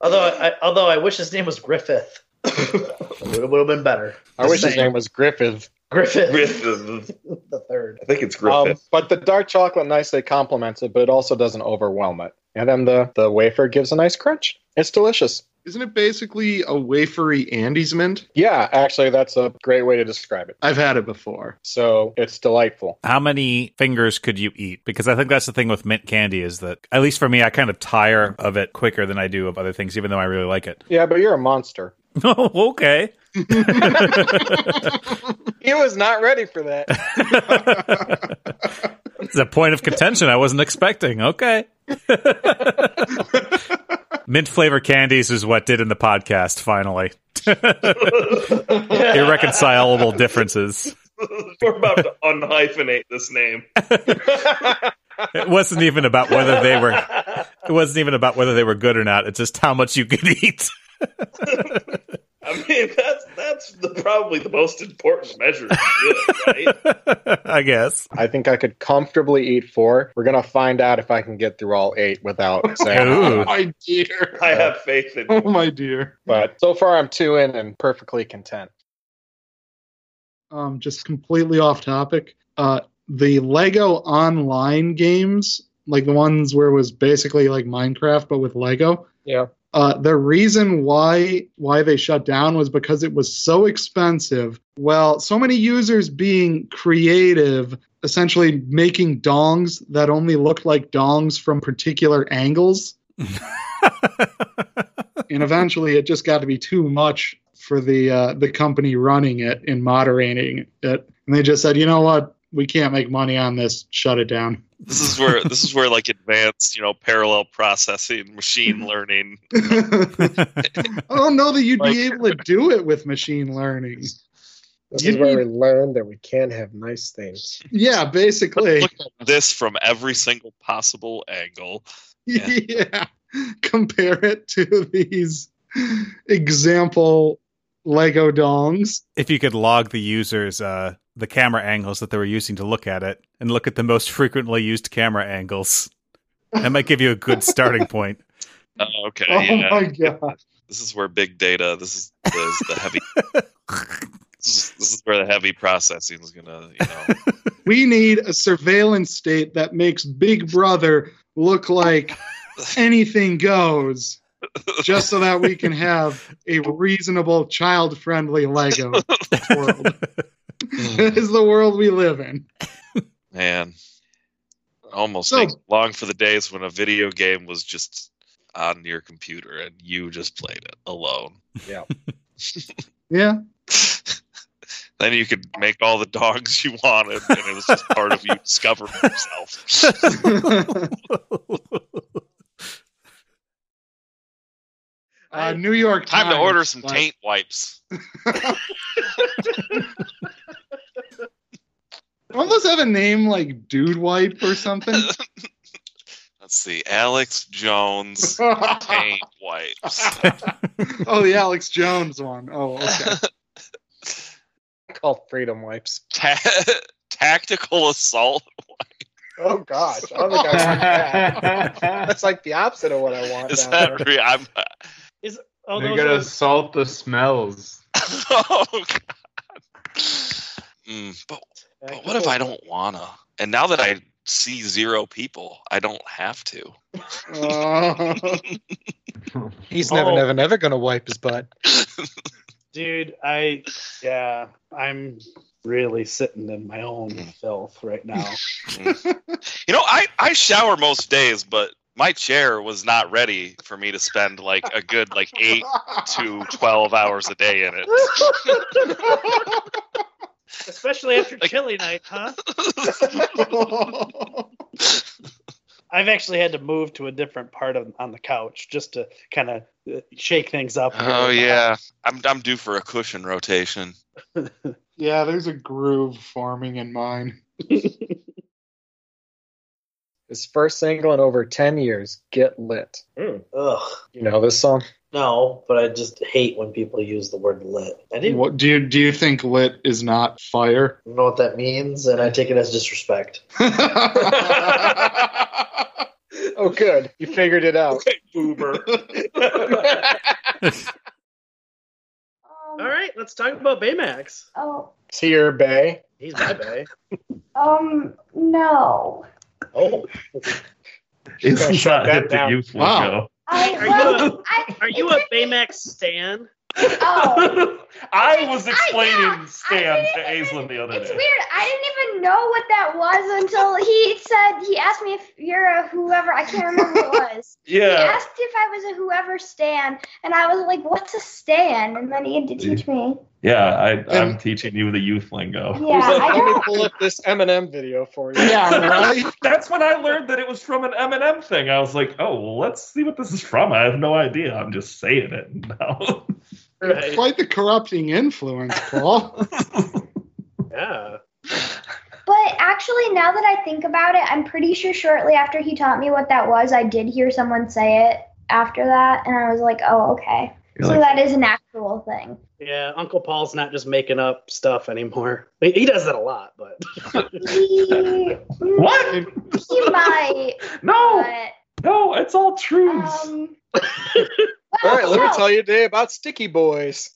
J: Although I, although I wish his name was
H: (laughs)
J: Griffith. it would have been better.
A: I wish his
J: Same.
A: name was Griffith.
J: Griffith,
H: Griffith.
J: (laughs) the third.
H: I think it's
A: Um,
H: Griffith.
A: but the dark chocolate nicely complements it, but it also doesn't overwhelm it. And then the, the wafer gives a nice crunch. It's delicious.
G: Isn't it basically a wafery Andes mint?
A: Yeah, actually, that's a great way to describe it.
G: I've had it before.
A: So it's delightful.
E: (laughs) How many fingers could you eat? Because I think that's the thing with mint candy is that, at least for me, I kind of tire of it quicker than I do of other things, even though I really like it. (laughs)
A: Yeah, but you're a monster.
E: Oh, okay.
A: (laughs)
E: (laughs)
A: He was not ready for
E: (laughs)
A: that.
E: It's a point of contention I wasn't expecting. Okay. (laughs) mint flavor candies is what did in the podcast, finally. (laughs) Irreconcilable differences.
H: Um, We're about (laughs) to unhyphenate this name.
E: It wasn't even about whether they were it wasn't even about whether they were good or not. It's just how much you
S: (laughs)
E: could eat.
H: I mean, that's that's the, probably the most important measure, really, (laughs) right?
E: I guess.
A: I think I could comfortably eat four. We're going to find out if I can get through all eight without
G: (laughs)
A: saying.
E: Ooh.
G: Oh, My dear.
H: I have faith in
G: Oh, my dear.
A: but so far, I'm two in and perfectly content.
G: um, just completely off topic. Uh, the Lego online games, like the ones where it was basically like Minecraft but with Lego.
A: Yeah.
G: Uh, the reason why why they shut down was because it was so expensive. Well, so many users being creative, essentially making dongs that only looked like dongs from particular angles. and eventually it just got to be too much for the uh, the company running it and moderating it and they just said you know what we can't make money on this shut it down (laughs)
B: This is where this is where like advanced, you know, parallel
H: (laughs)
B: processing, machine learning.
G: i don't know Oh, that you'd
A: Like-
G: be able to do it with machine learning
A: This
G: You
A: is where
G: need-
A: we learned that we can have nice things.
G: yeah basically
B: Look at this from every single possible angle.
G: (laughs) Yeah. Compare it to these example Lego dongs.
S: If you could log the users, uh, the camera angles that they were using to look at it, and look at the most frequently used camera angles, that might give you a good starting
E: (laughs)
S: point.
B: Oh, okay.
G: Oh
B: yeah.
G: my god.
B: This is where big data. This is the, is
H: (laughs)
B: the heavy. this, is, this is where the heavy processing is gonna. You know,
G: We need a surveillance state that makes Big Brother
B: (laughs)
G: look like anything goes, just so that we can have
B: (laughs)
G: a reasonable child friendly Lego
E: (laughs)
G: world.
H: (laughs)
G: this is the world we live in.
B: man, I almost
G: So-
B: think- long for the days when a video game was just on your computer and you just played it alone.
T: Yeah.
G: Yeah.
B: Then you could make all the (laughs) dogs you wanted, and it was just part of you discovering
E: (laughs)
B: yourself.
G: Uh, New York
B: Time to
G: Times,
B: order some
G: like-
B: taint wipes.
G: Don't those have a name like Dude Wipe
B: (laughs)
G: or something?
B: Let's see, Alex Jones paint wipes.
G: oh, the Alex Jones one. Oh, okay.
T: Called Freedom Wipes.
B: Ta- tactical assault.
T: Oh gosh, I don't think I want that.
E: (laughs)
T: That's like the opposite of what I want.
B: Is
T: down there.
B: that real? I'm, (laughs)
E: They're
T: those
E: gonna
T: are-
E: salt the smells.
B: oh god. Mm, but, but what if I don't wanna? And now that I see zero people, I don't have to.
A: He's never,
J: Oh.
A: never, never going to wipe his butt.
J: Dude, I yeah, I'm really sitting in my own filth right now.
B: You know, I, I shower most days, but my chair was not ready for me to spend like a good like eight to twelve hours a day in it.
H: (laughs)
J: Especially after chili night, huh? I've actually had to move to a different part of, on the couch just to kind of shake things up.
B: Oh yeah. I'm I'm due for a cushion rotation.
G: (laughs) yeah, there's a groove forming in mine.
A: His first single in over 10 years, Get Lit.
J: Hmm. Ugh.
A: You know this song?
J: No, but I just hate when people use the word lit. I didn't
G: What do you do you think lit is not (laughs) fire?
J: know what that means, and I take it
B: (laughs)
J: as disrespect.
A: (laughs) Oh, good. You figured it out.
J: Boomer. All right, let's talk about Baymax.
C: Um,
F: Oh,
A: Tear Bay.
J: He's my bay.
F: um, no.
J: Oh.
E: It's not hip that you will
T: Wow.
F: I,
J: Are
F: well,
J: you
F: I,
J: Are you a Baymax stan?
E: (laughs) I was explaining Stan
F: Oh. I
E: to Aislinn the other
F: it's
E: day.
F: weird. (laughs) I didn't even know what that was until he said, he asked me if you're a whoever. I can't remember what
J: (laughs)
F: it was. He
E: Yeah.
F: asked if I was a whoever stan, and I was like, what's a stan? And then he had to teach me.
E: Yeah, I, I'm teaching you the youth
F: (laughs)
E: lingo.
F: Yeah,
A: He's like, let
F: I
A: me
F: don't-
A: pull up this Eminem video for you.
E: That's when (laughs) I learned that it was from an Eminem thing. I was like, oh, well, let's see what this is from. I have no idea. I'm just saying it (laughs) now.
J: (laughs)
G: It's Quite the corrupting influence, Paul.
J: Yeah.
F: But actually, now that I think about it, I'm pretty sure shortly after he taught me what that was, I did hear someone say it after that, and I was like, oh, okay.
J: You're
F: so
J: like-
F: that is an actual thing.
J: Yeah, Uncle Paul's not just making up stuff anymore. He, he does that a lot, but
F: He,
E: what?
F: he might.
E: (laughs) No.
F: but-
E: No, it's all truths.
F: Um,
A: All right, let me
F: no.
A: tell you today about Sticky Boys.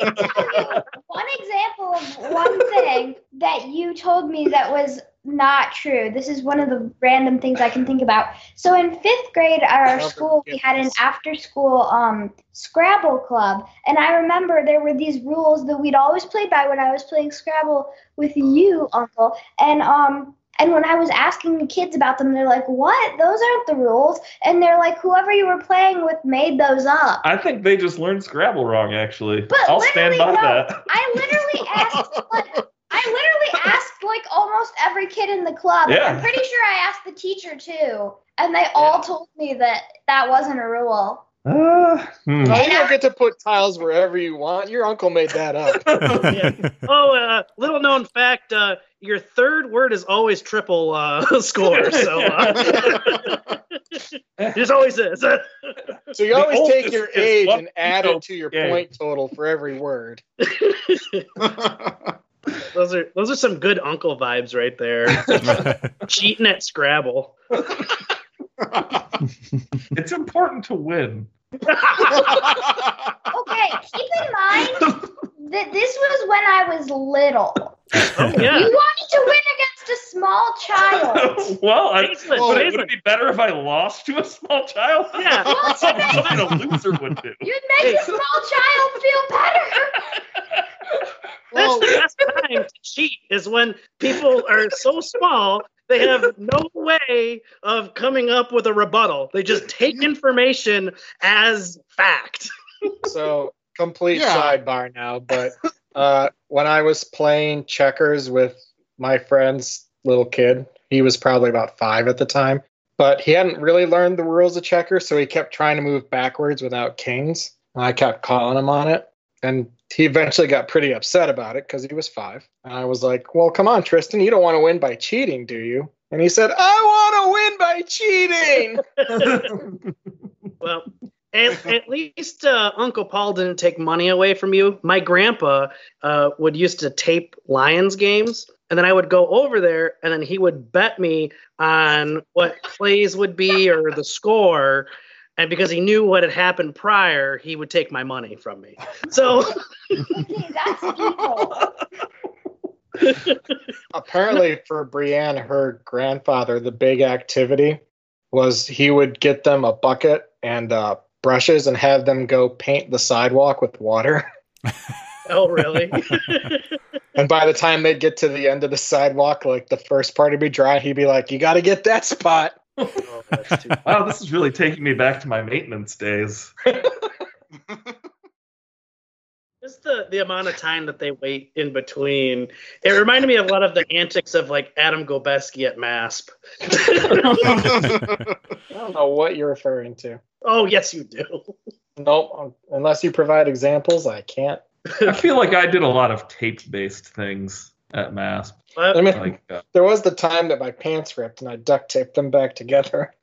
F: one example of one thing that you told me that was not true. This is one of the random things I can think about. So in fifth grade at our school, we had an after-school um, Scrabble club, and I remember there were these rules that we'd always play by when I was playing Scrabble with you, Uncle, and um. And when I was asking the kids about them, they're like, "What? Those aren't the rules." And they're like, "Whoever you were playing with made those up."
E: I think they just learned Scrabble wrong, actually.
F: But
E: I'll stand by
F: literally, no.
E: that.
F: I literally asked like I literally asked like almost every kid in the club.
E: Yeah. (laughs)
F: I'm
J: (laughs)
F: pretty sure I asked the teacher too, and they all told me that that wasn't a rule. Uh, hmm.
A: Now you don't get to put tiles wherever you want. Your uncle made that up.
E: hmm.
F: (laughs)
E: (laughs)
J: Oh, uh, little known fact: uh, your third word is always triple uh, (laughs) score. So uh, (laughs) there's always this.
A: So you
J: The
A: always take
J: oldest
A: your
J: is
A: age
J: what
A: and add
J: people
A: it to your
J: gave.
A: point total for every word.
J: those are those are some good uncle vibes right there. Cheating at Scrabble.
F: it's important to win.
C: Okay, keep in mind that this was when I was little.
F: yeah.
C: You wanted to win against a small
F: (laughs)
C: child.
F: (laughs) well, I,
C: Basement,
F: but it
C: basement.
F: would it be better if I lost to a small child?
C: Yeah. Well, it's
F: Something a loser would do.
C: You'd make the small child feel better. (laughs)
J: That's the best time to cheat is when people are so small they have no way of coming up with a rebuttal. They just take information as fact.
A: So complete
J: Yeah.
A: sidebar now, but uh, when I was playing checkers with my friend's little kid, he was probably about five at the time, but he hadn't really learned the rules of checkers, so he kept trying to move backwards without kings. And I kept calling him on it, and he eventually got pretty upset about it because he was five. And I was like, "Well, come on, Tristan, you don't want to win by cheating, do you?" And he said, "I want to win by cheating."
J: Well, at, at least uh, Uncle Paul didn't take money away from you. My grandpa uh, would used to tape Lions games, and then I would go over there, and then he would bet me on what plays would be or the score. And because he knew what had happened prior, he would take my money from me. So (laughs)
C: That's evil.
A: apparently for Brienne, her grandfather, the big activity was he would get them a bucket and uh, brushes and have them go paint the sidewalk with water. (laughs)
J: Oh, really? (laughs)
A: and by the time they'd get to the end of the sidewalk, like the first part would be dry, he'd be like, "You got to get that spot."
F: Wow, this is really taking me back to my maintenance days.
J: Just the, the amount of time that they wait in between. It reminded me a lot of the antics of like Adam Gobeski at MASP. (laughs)
A: I don't know what you're referring to.
J: Oh, yes, you do. (laughs)
A: Nope. um, Unless you provide examples, I can't.
F: I feel like I did a lot of tape-based things at
E: (laughs)
F: Mass.
A: I mean,
F: Like, uh,
A: there was the time that my pants ripped and I duct taped them back together.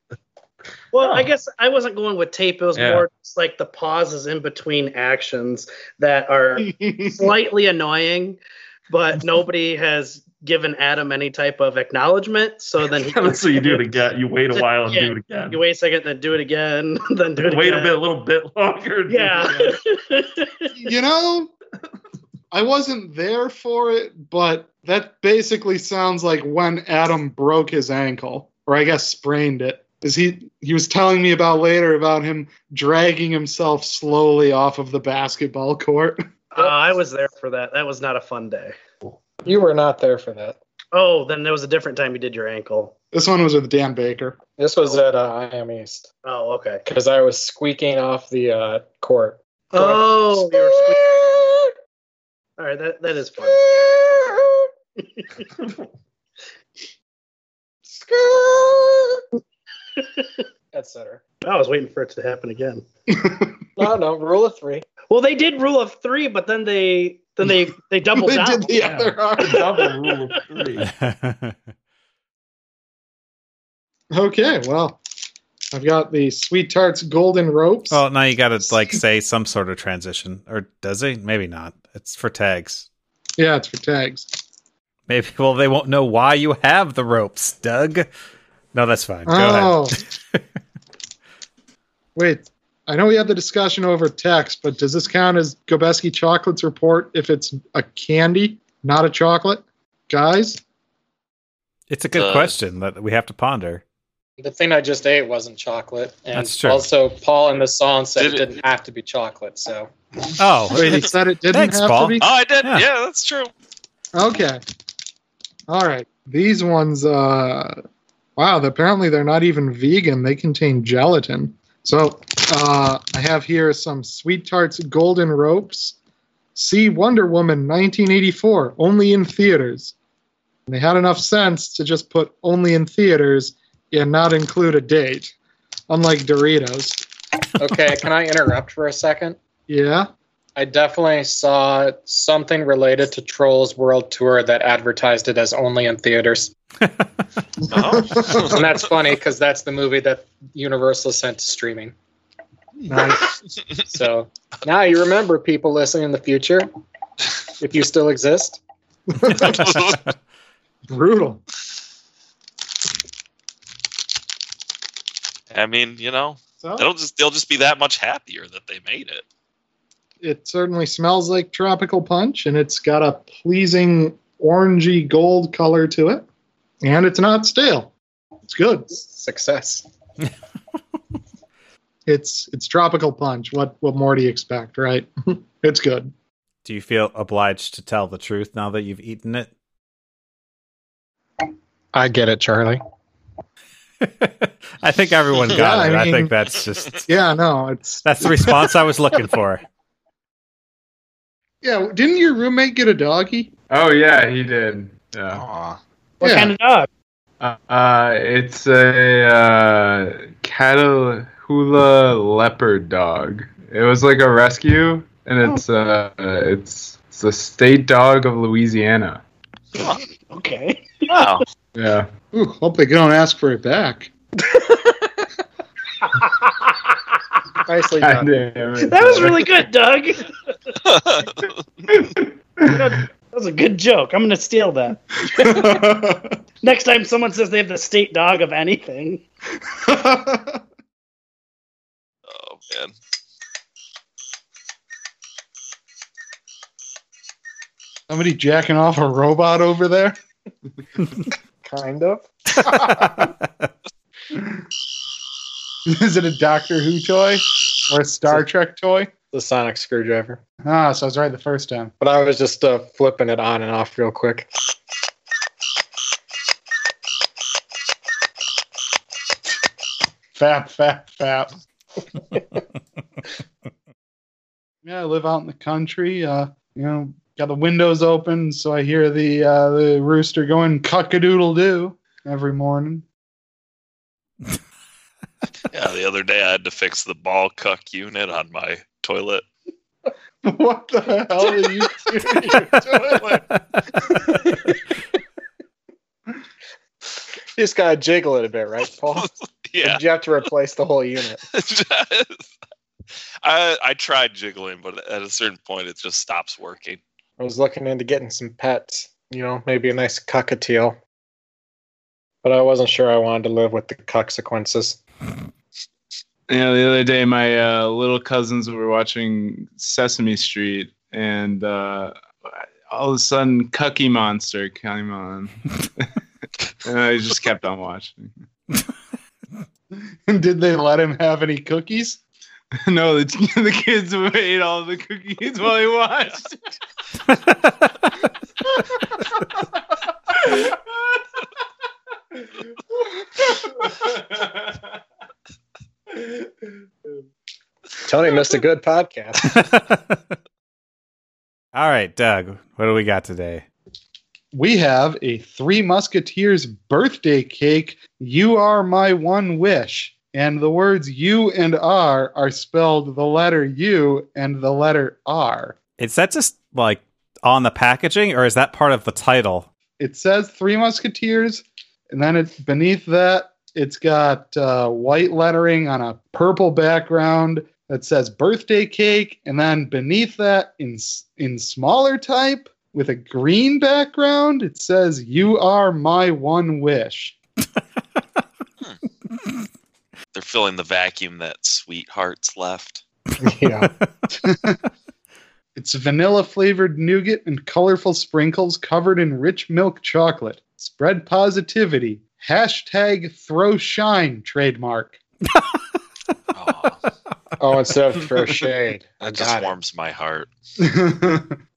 J: Well,
F: Oh.
J: I guess I wasn't going with tape. It was
A: Yeah.
J: more just like the pauses in between actions that
F: (laughs)
J: are slightly annoying, but nobody has given Adam any type of acknowledgement.
F: (laughs)
J: So then he
F: (laughs) so you do it again. You wait a while and do it again.
J: You wait a second, then do it again, (laughs) then do it
F: Wait a
J: again.
F: bit, a little bit longer. and do it (laughs)
J: Yeah.
F: again. (laughs)
G: you know, I wasn't there for it, but that basically sounds like when Adam broke his ankle, or I guess sprained it. Is he? He was telling me about later about him dragging himself slowly off of the basketball court.
J: (laughs) Uh, I was there for that. That was not a fun day.
A: You were not there for that.
J: Oh, then there was a different time you did your ankle.
G: This one was with Dan Baker. (laughs)
A: This was at uh, I Am East.
J: Oh, okay.
A: Because I was squeaking off the uh, court.
J: Oh, you were sque- All right, that, that is fun.
A: Etc.
J: (laughs) I was waiting for it to happen again.
A: No, no, rule of three.
J: Well, they did rule of three, but then they then they they doubled
G: They
J: down.
G: did the Yeah. other arm.
F: (laughs) Double rule of three.
G: Okay, well, I've got the Sweet Tarts Golden Ropes.
E: Well, now you got to like say some sort of transition, or does he? Maybe not. It's for tags.
G: Yeah, it's for tags.
E: Maybe. (laughs) Well, they won't know why you have the ropes, Doug. No, that's fine. Go
G: Oh.
E: ahead.
G: Wait, I know we had the discussion over text, but does this count as Gobeski Chocolates report if it's a candy, not a chocolate? Guys?
E: It's a good
G: Uh,
E: question that we have to ponder.
A: The thing I just ate wasn't chocolate. And
E: That's true.
A: Also, Paul in the song said it didn't have to be chocolate. So
E: Oh,
G: (laughs) Wait, he said it didn't
A: Thanks,
G: have
A: Paul.
G: to be?
B: Oh, I did. Yeah, that's true.
G: Okay. All right. These ones, uh, wow, apparently they're not even vegan. They contain gelatin. So uh, I have here some Sweet Tarts Golden Ropes. See Wonder Woman 1984, only in theaters. And they had enough sense to just put only in theaters and not include a date, unlike Doritos.
A: Okay, can I interrupt for a second?
G: Yeah.
A: I definitely saw something related to Trolls World Tour that advertised it as only in theaters.
B: Uh-huh. (laughs)
A: and that's funny because that's the movie that Universal sent to streaming. Nice. so now you remember people listening in the future, if you still exist.
G: Brutal.
B: I mean, you know,
G: So?
B: they'll just they'll just be that much happier that they made it. (laughs)
G: It certainly smells like tropical punch, and it's got a pleasing orangey gold color to it, and it's not stale. It's good.
A: Success.
G: It's it's tropical punch. What what more do you expect, right? (laughs) it's good.
E: (laughs) Do you feel obliged to tell the truth now that you've eaten it? (laughs)
A: I get it, Charlie.
E: I think everyone got
G: Yeah, I
E: it. I,
G: mean-
E: think that's just
G: Yeah, no, it's
E: that's the response I was looking
G: (laughs)
E: for.
G: Yeah, didn't your roommate get a doggy?
U: Oh yeah, he did. Yeah.
G: What kind
J: of dog?
U: Uh, it's a uh, Catahoula leopard dog. It was like a rescue, and
J: Oh.
U: it's uh, it's it's the state dog of Louisiana.
J: (laughs)
U: (laughs)
J: Okay.
B: Wow.
U: Yeah.
G: Ooh, hope they don't ask for it back.
U: (laughs)
A: Nicely
U: God
A: done.
U: damn it.
J: That was really good, Doug.
B: Oh,
J: that was a good joke. I'm gonna steal that. Next time someone says they have the state dog of anything.
B: Oh man.
G: Somebody jacking off a robot over there?
A: kind of.
G: (laughs) Is it a Doctor Who toy or a Star Trek toy?
A: The sonic screwdriver.
G: Ah, so I was right the first time.
A: But I was just uh, flipping it on and off real quick.
G: Fap, fap,
A: (laughs)
G: fap. yeah, I live out in the country. Uh, you know, got the windows open, so I hear the uh, the rooster going cuck-a-doodle doo every morning. (laughs)
B: Yeah, the other day I had to fix the ball cuck unit on my toilet.
G: what the hell are you doing?
A: (laughs)
G: in
A: your toilet? You just gotta jiggle it a bit, right,
U: Oh.
A: Paul?
B: (laughs) Yeah.
A: Or do You have to replace the whole unit.
B: I I tried jiggling, but at a certain point it just stops working.
A: I was looking into getting some pets, you know, maybe a nice cockatiel. But I wasn't sure I wanted to live with the
G: (laughs)
A: consequences.
U: Yeah, the other day my uh, little cousins were watching Sesame Street, and uh, all of a sudden, Cucky Monster came
G: (laughs)
U: on, and I just kept on watching. (laughs)
G: Did they let him have any cookies?
U: no, the, (laughs) the kids ate all the cookies while he watched.
A: Tony missed a good podcast.
E: (laughs) All right, Doug, what do we got today?
G: (laughs) we have a Three Musketeers birthday cake. You are my one wish. And the words you and R are spelled the letter U and the letter R.
E: Is that just like on the packaging or is that part of the title?
G: It says Three Musketeers, and then it's beneath that, it's got uh, white lettering on a purple background that says birthday cake. And then beneath that, in, s- in smaller type with a green background, it says, You are my one wish.
B: They're filling the vacuum that sweethearts left.
G: Yeah. it's vanilla flavored nougat and colorful sprinkles covered in rich milk chocolate. Spread positivity. Hashtag throw shine trademark.
A: oh, instead of (laughs) throw shade. I
B: That just warms my heart.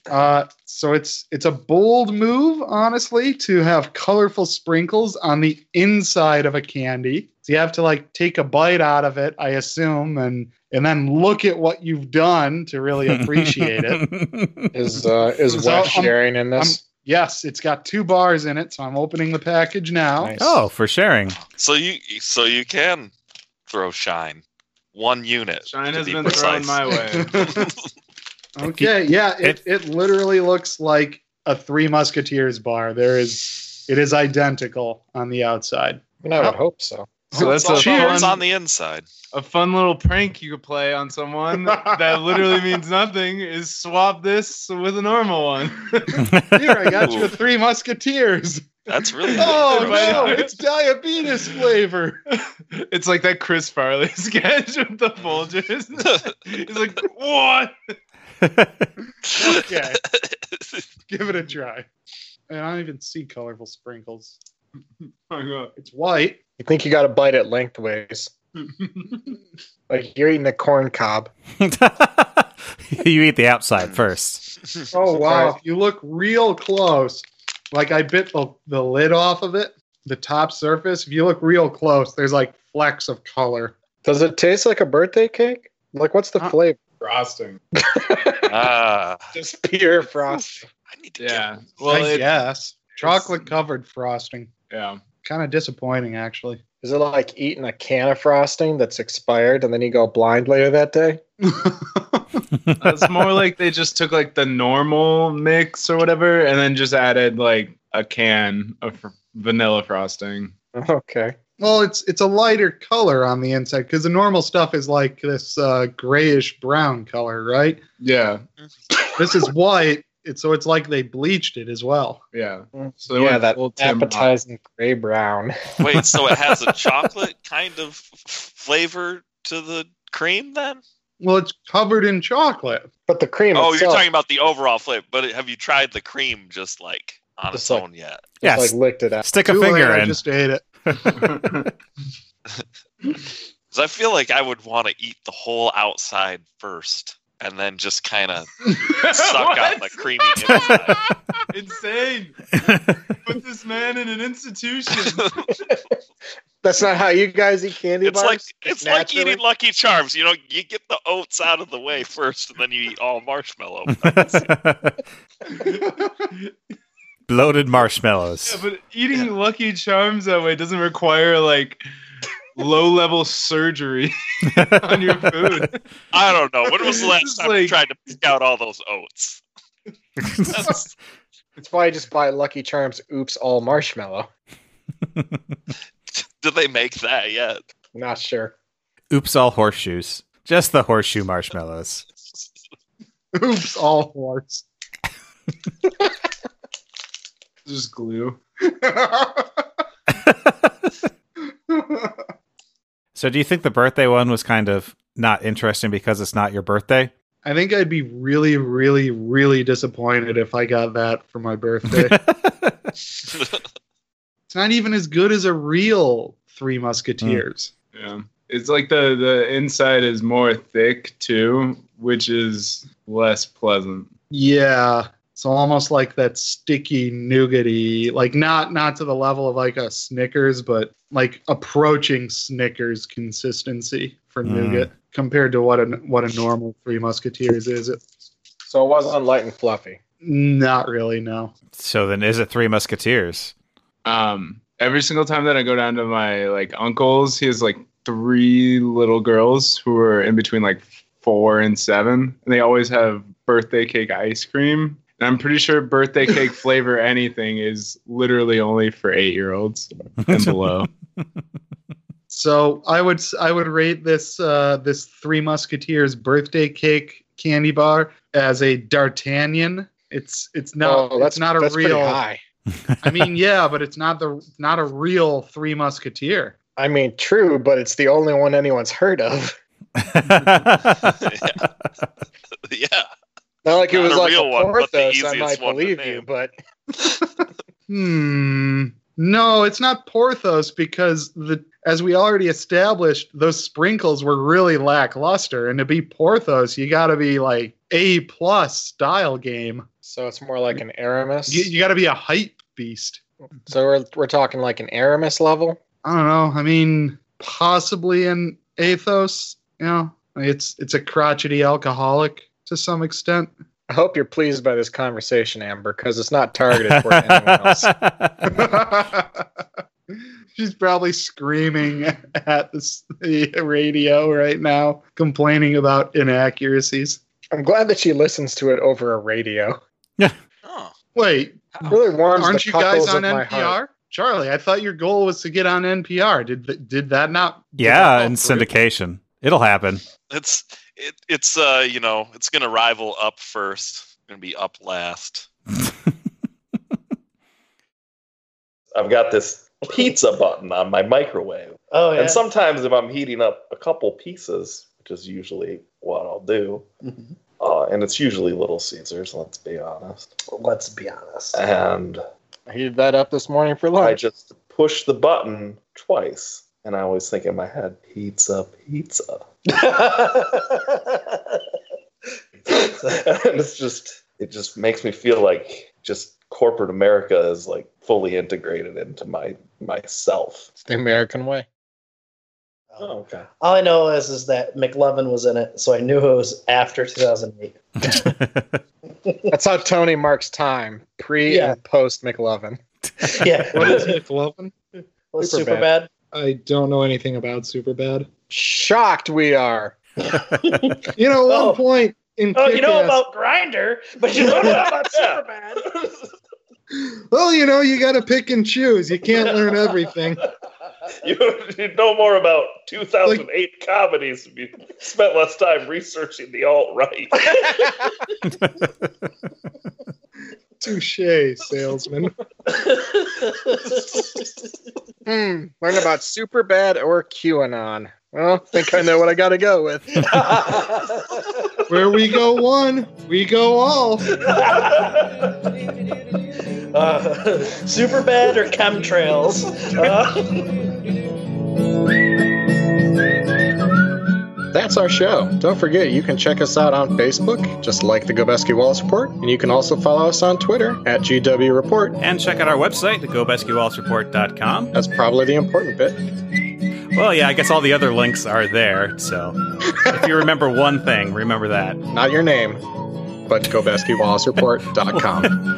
G: uh, so it's it's a bold move, honestly, to have colorful sprinkles on the inside of a candy. So you have to like take a bite out of it, I assume, and and then look at what you've done to really appreciate it.
E: (laughs)
A: Is uh, is
G: So um,
A: Wes
G: I'm-
A: sharing in this?
G: Yes, it's got two bars in it, so I'm opening the package now.
E: Oh, for sharing.
B: So you so you can throw shine one unit. to
U: China's
B: be
U: been thrown
B: precise.
U: my
G: (laughs)
U: way.
G: Okay, yeah, it, it literally looks like a Three Musketeers bar. There is, it is identical on the outside.
A: I would hope so.
U: So that's a
B: It's on
U: fun,
B: the inside.
U: a fun little prank you could play on someone that literally means nothing is swap this with a normal one. (laughs)
E: (laughs)
G: Here, I got you a Three Musketeers.
B: That's really
G: (laughs) Oh no, it's diabetes flavor.
U: It's like that Chris Farley (laughs) sketch with the bulges. He's like, what?
G: Okay, give it a try. And I don't even see colorful sprinkles. It's white.
A: You think you got to bite it lengthways? like you're eating a corn cob.
E: (laughs) you eat the outside first.
G: Oh wow! If you look real close, like I bit the, the lid off of it, the top surface. If you look real close, there's like flecks of color.
A: Does it taste like a birthday cake? Like what's the flavor?
U: Frosting.
B: Ah,
A: Just pure frosting.
U: yeah.
G: Well,
U: Well,
G: I
U: it,
G: guess chocolate covered frosting.
U: yeah.
G: Kind of disappointing, actually.
A: Is it like eating a can of frosting that's expired and then you go blind later that day? (laughs)
U: It's more like they just took like the normal mix or whatever, and then just added like a can of fr- vanilla frosting.
A: Okay.
G: Well, it's it's a lighter color on the inside because the normal stuff is like this uh, grayish brown color, right?
U: Yeah.
G: This is white, it's, so it's like they bleached it as well.
U: Yeah. So they
A: Yeah,
U: went
A: that
U: full Tim Roth.
A: appetizing gray brown.
B: Wait, so it (laughs) has a chocolate kind of f- flavor to the cream then?
G: Well, it's covered in chocolate.
A: But the cream
B: oh, you're
A: itself-
B: talking about the overall flavor, but it- have you tried the cream just like on its own yet?
A: Just like licked it out.
E: Stick a
G: Too late,
E: finger
G: I
E: in.
G: just ate it.
B: Because I feel like I would want to eat the whole outside first and then just kind of
U: (laughs)
B: suck on the creamy
E: (laughs)
B: inside.
U: Insane. Put this man in an institution.
A: That's not how you guys eat candy
B: It's
A: bars.
B: like
A: Just
B: it's like
A: naturally?
B: eating Lucky Charms. You know, you get the oats out of the way first, and then you eat all marshmallow.
E: (laughs) Bloated marshmallows.
U: but eating Lucky Charms that way doesn't require like low level surgery (laughs) on your
G: (laughs)
U: food.
B: I don't know. When was the last
U: It's
B: time you
U: like-
B: tried to pick out all those oats? (laughs)
A: That's why I just buy Lucky Charms. Oops, all marshmallow.
B: Did they make that yet? (laughs)
A: Not sure.
E: (laughs) Oops, all horseshoes. Just the horseshoe marshmallows. (laughs)
G: Oops, all (laughs) horse.
U: Just glue.
E: So, do you think the birthday one was kind of not interesting because it's not your birthday?
G: (laughs) I think I'd be really, really, really disappointed if I got that for my birthday. it's not even as good as a real Three Musketeers.
U: Yeah. It's like the the inside is more thick too, which is less pleasant.
G: Yeah. It's almost like that sticky nougaty, like not not to the level of like a Snickers, but like approaching Snickers consistency for
E: Mm.
G: nougat compared to what a what a normal Three Musketeers is. It's
A: So it wasn't light and fluffy.
G: not really no.
E: So then, is it Three Musketeers?
U: Um, every single time that I go down to my like uncle's, he has like three little girls who are in between like four and seven, and they always have birthday cake ice cream. And I'm pretty sure
G: (laughs)
U: birthday cake flavor anything is literally only for eight year olds and
E: (laughs)
U: below.
G: So I would s- I would rate this uh, this Three Musketeers birthday cake candy bar as a D'Artagnan. It's it's not
A: oh, that's
G: it's not a
A: that's pretty
G: real.
A: high.
G: (laughs) I mean, yeah, but it's not the not a real Three Musketeer.
A: I mean, true, but it's the only one anyone's heard of.
B: yeah.
A: Not like it
B: Not
A: was
B: a
A: like
B: real
A: a
B: one, but the
A: Porthos. I
B: easiest
A: might
B: one to
A: believe you,
G: (laughs)
A: but
G: Hmm. No, it's not Porthos because the as we already established, those sprinkles were really lackluster, and to be Porthos, you got to be like a plus style game.
A: so it's more like an Aramis.
G: You, you got to be a hype beast.
A: so we're we're talking like an Aramis level.
G: I don't know. I mean, possibly an Athos. You know, it's it's a crotchety alcoholic to some extent.
A: I hope you're pleased by (laughs)
E: (laughs)
A: this conversation, Amber, because it's not targeted toward anyone else.
G: She's probably screaming at the, s- the radio right now, complaining about inaccuracies.
A: I'm glad that she listens to it over a radio.
G: Wait,
A: really warms
G: Oh, aren't
A: the
G: you guys
A: cockles
G: on
A: of my
G: NPR?
A: heart.
G: (laughs) Charlie, I thought your goal was to get on NPR. Did th- did that (laughs) not?
E: Yeah, and syndication. It'll happen.
V: It's it, it's uh you know it's gonna rival up first. Gonna be up last.
B: (laughs) I've got this pizza button on my microwave.
J: Oh, yeah.
B: And sometimes if I'm heating up a couple pieces, which is usually what I'll do, uh, and it's usually Little Caesars, let's be honest.
W: Let's be honest.
B: And
A: I heated that up this morning for lunch.
B: I just push the button twice, and I always think in my head, pizza, pizza. (laughs) and it's just, it just makes me feel like just corporate America is like fully integrated into my myself. (laughs)
A: It's the American way.
B: Oh, okay.
J: All I know is is that McLovin was in it, so I knew it was after 2008.
A: That's how Tony marks time, pre
J: Yeah.
A: and post McLovin.
J: (laughs) yeah.
G: What is McLovin?
J: Was
A: Superbad.
J: Superbad?
G: I don't know anything about Superbad.
A: Shocked we are.
G: You know, at one point in
J: Oh, you know
G: Kick-Ass-
J: about Grinder, but you don't know (laughs) about Superbad.
G: Well, Oh, you know, you got to pick and choose. You can't learn (laughs) everything.
B: You, you know more about 2008 comedies if you spent less time researching the alt right.
G: Touche, salesman.
A: Hmm. Learn about Superbad or QAnon. Well, think I know what I got to go with.
G: Where we go one, we go all.
J: Uh, Superbad or (laughs) chemtrails? Uh,
A: That's our show. Don't forget, you can check us out on Facebook, just like the Gobeski Wallace Report, and you can also follow us on Twitter at GW Report.
E: (laughs) And check out our website, thegobescuewallsreport.com.
A: That's probably the important bit.
E: Well, yeah, I guess all the other links are there. So if you remember one thing, remember that. (laughs)
A: Not your name, but GobeskiWallaceReport.com.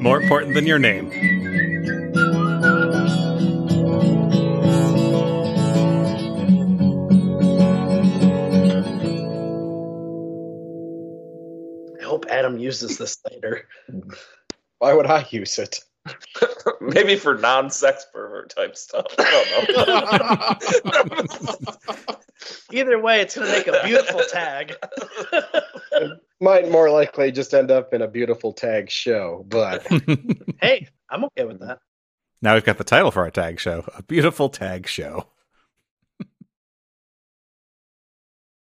E: More important than your name. (laughs)
J: I hope Adam uses this later.
A: Why would I use it?
B: (laughs) Maybe for non sex pervert type stuff. (laughs) I don't know.
J: Either way, it's going to make a (laughs) beautiful tag.
A: Might more likely just end up in a beautiful tag show, but
J: Hey, I'm okay with that.
E: Now we've got the title for our tag show A Beautiful Tag Show.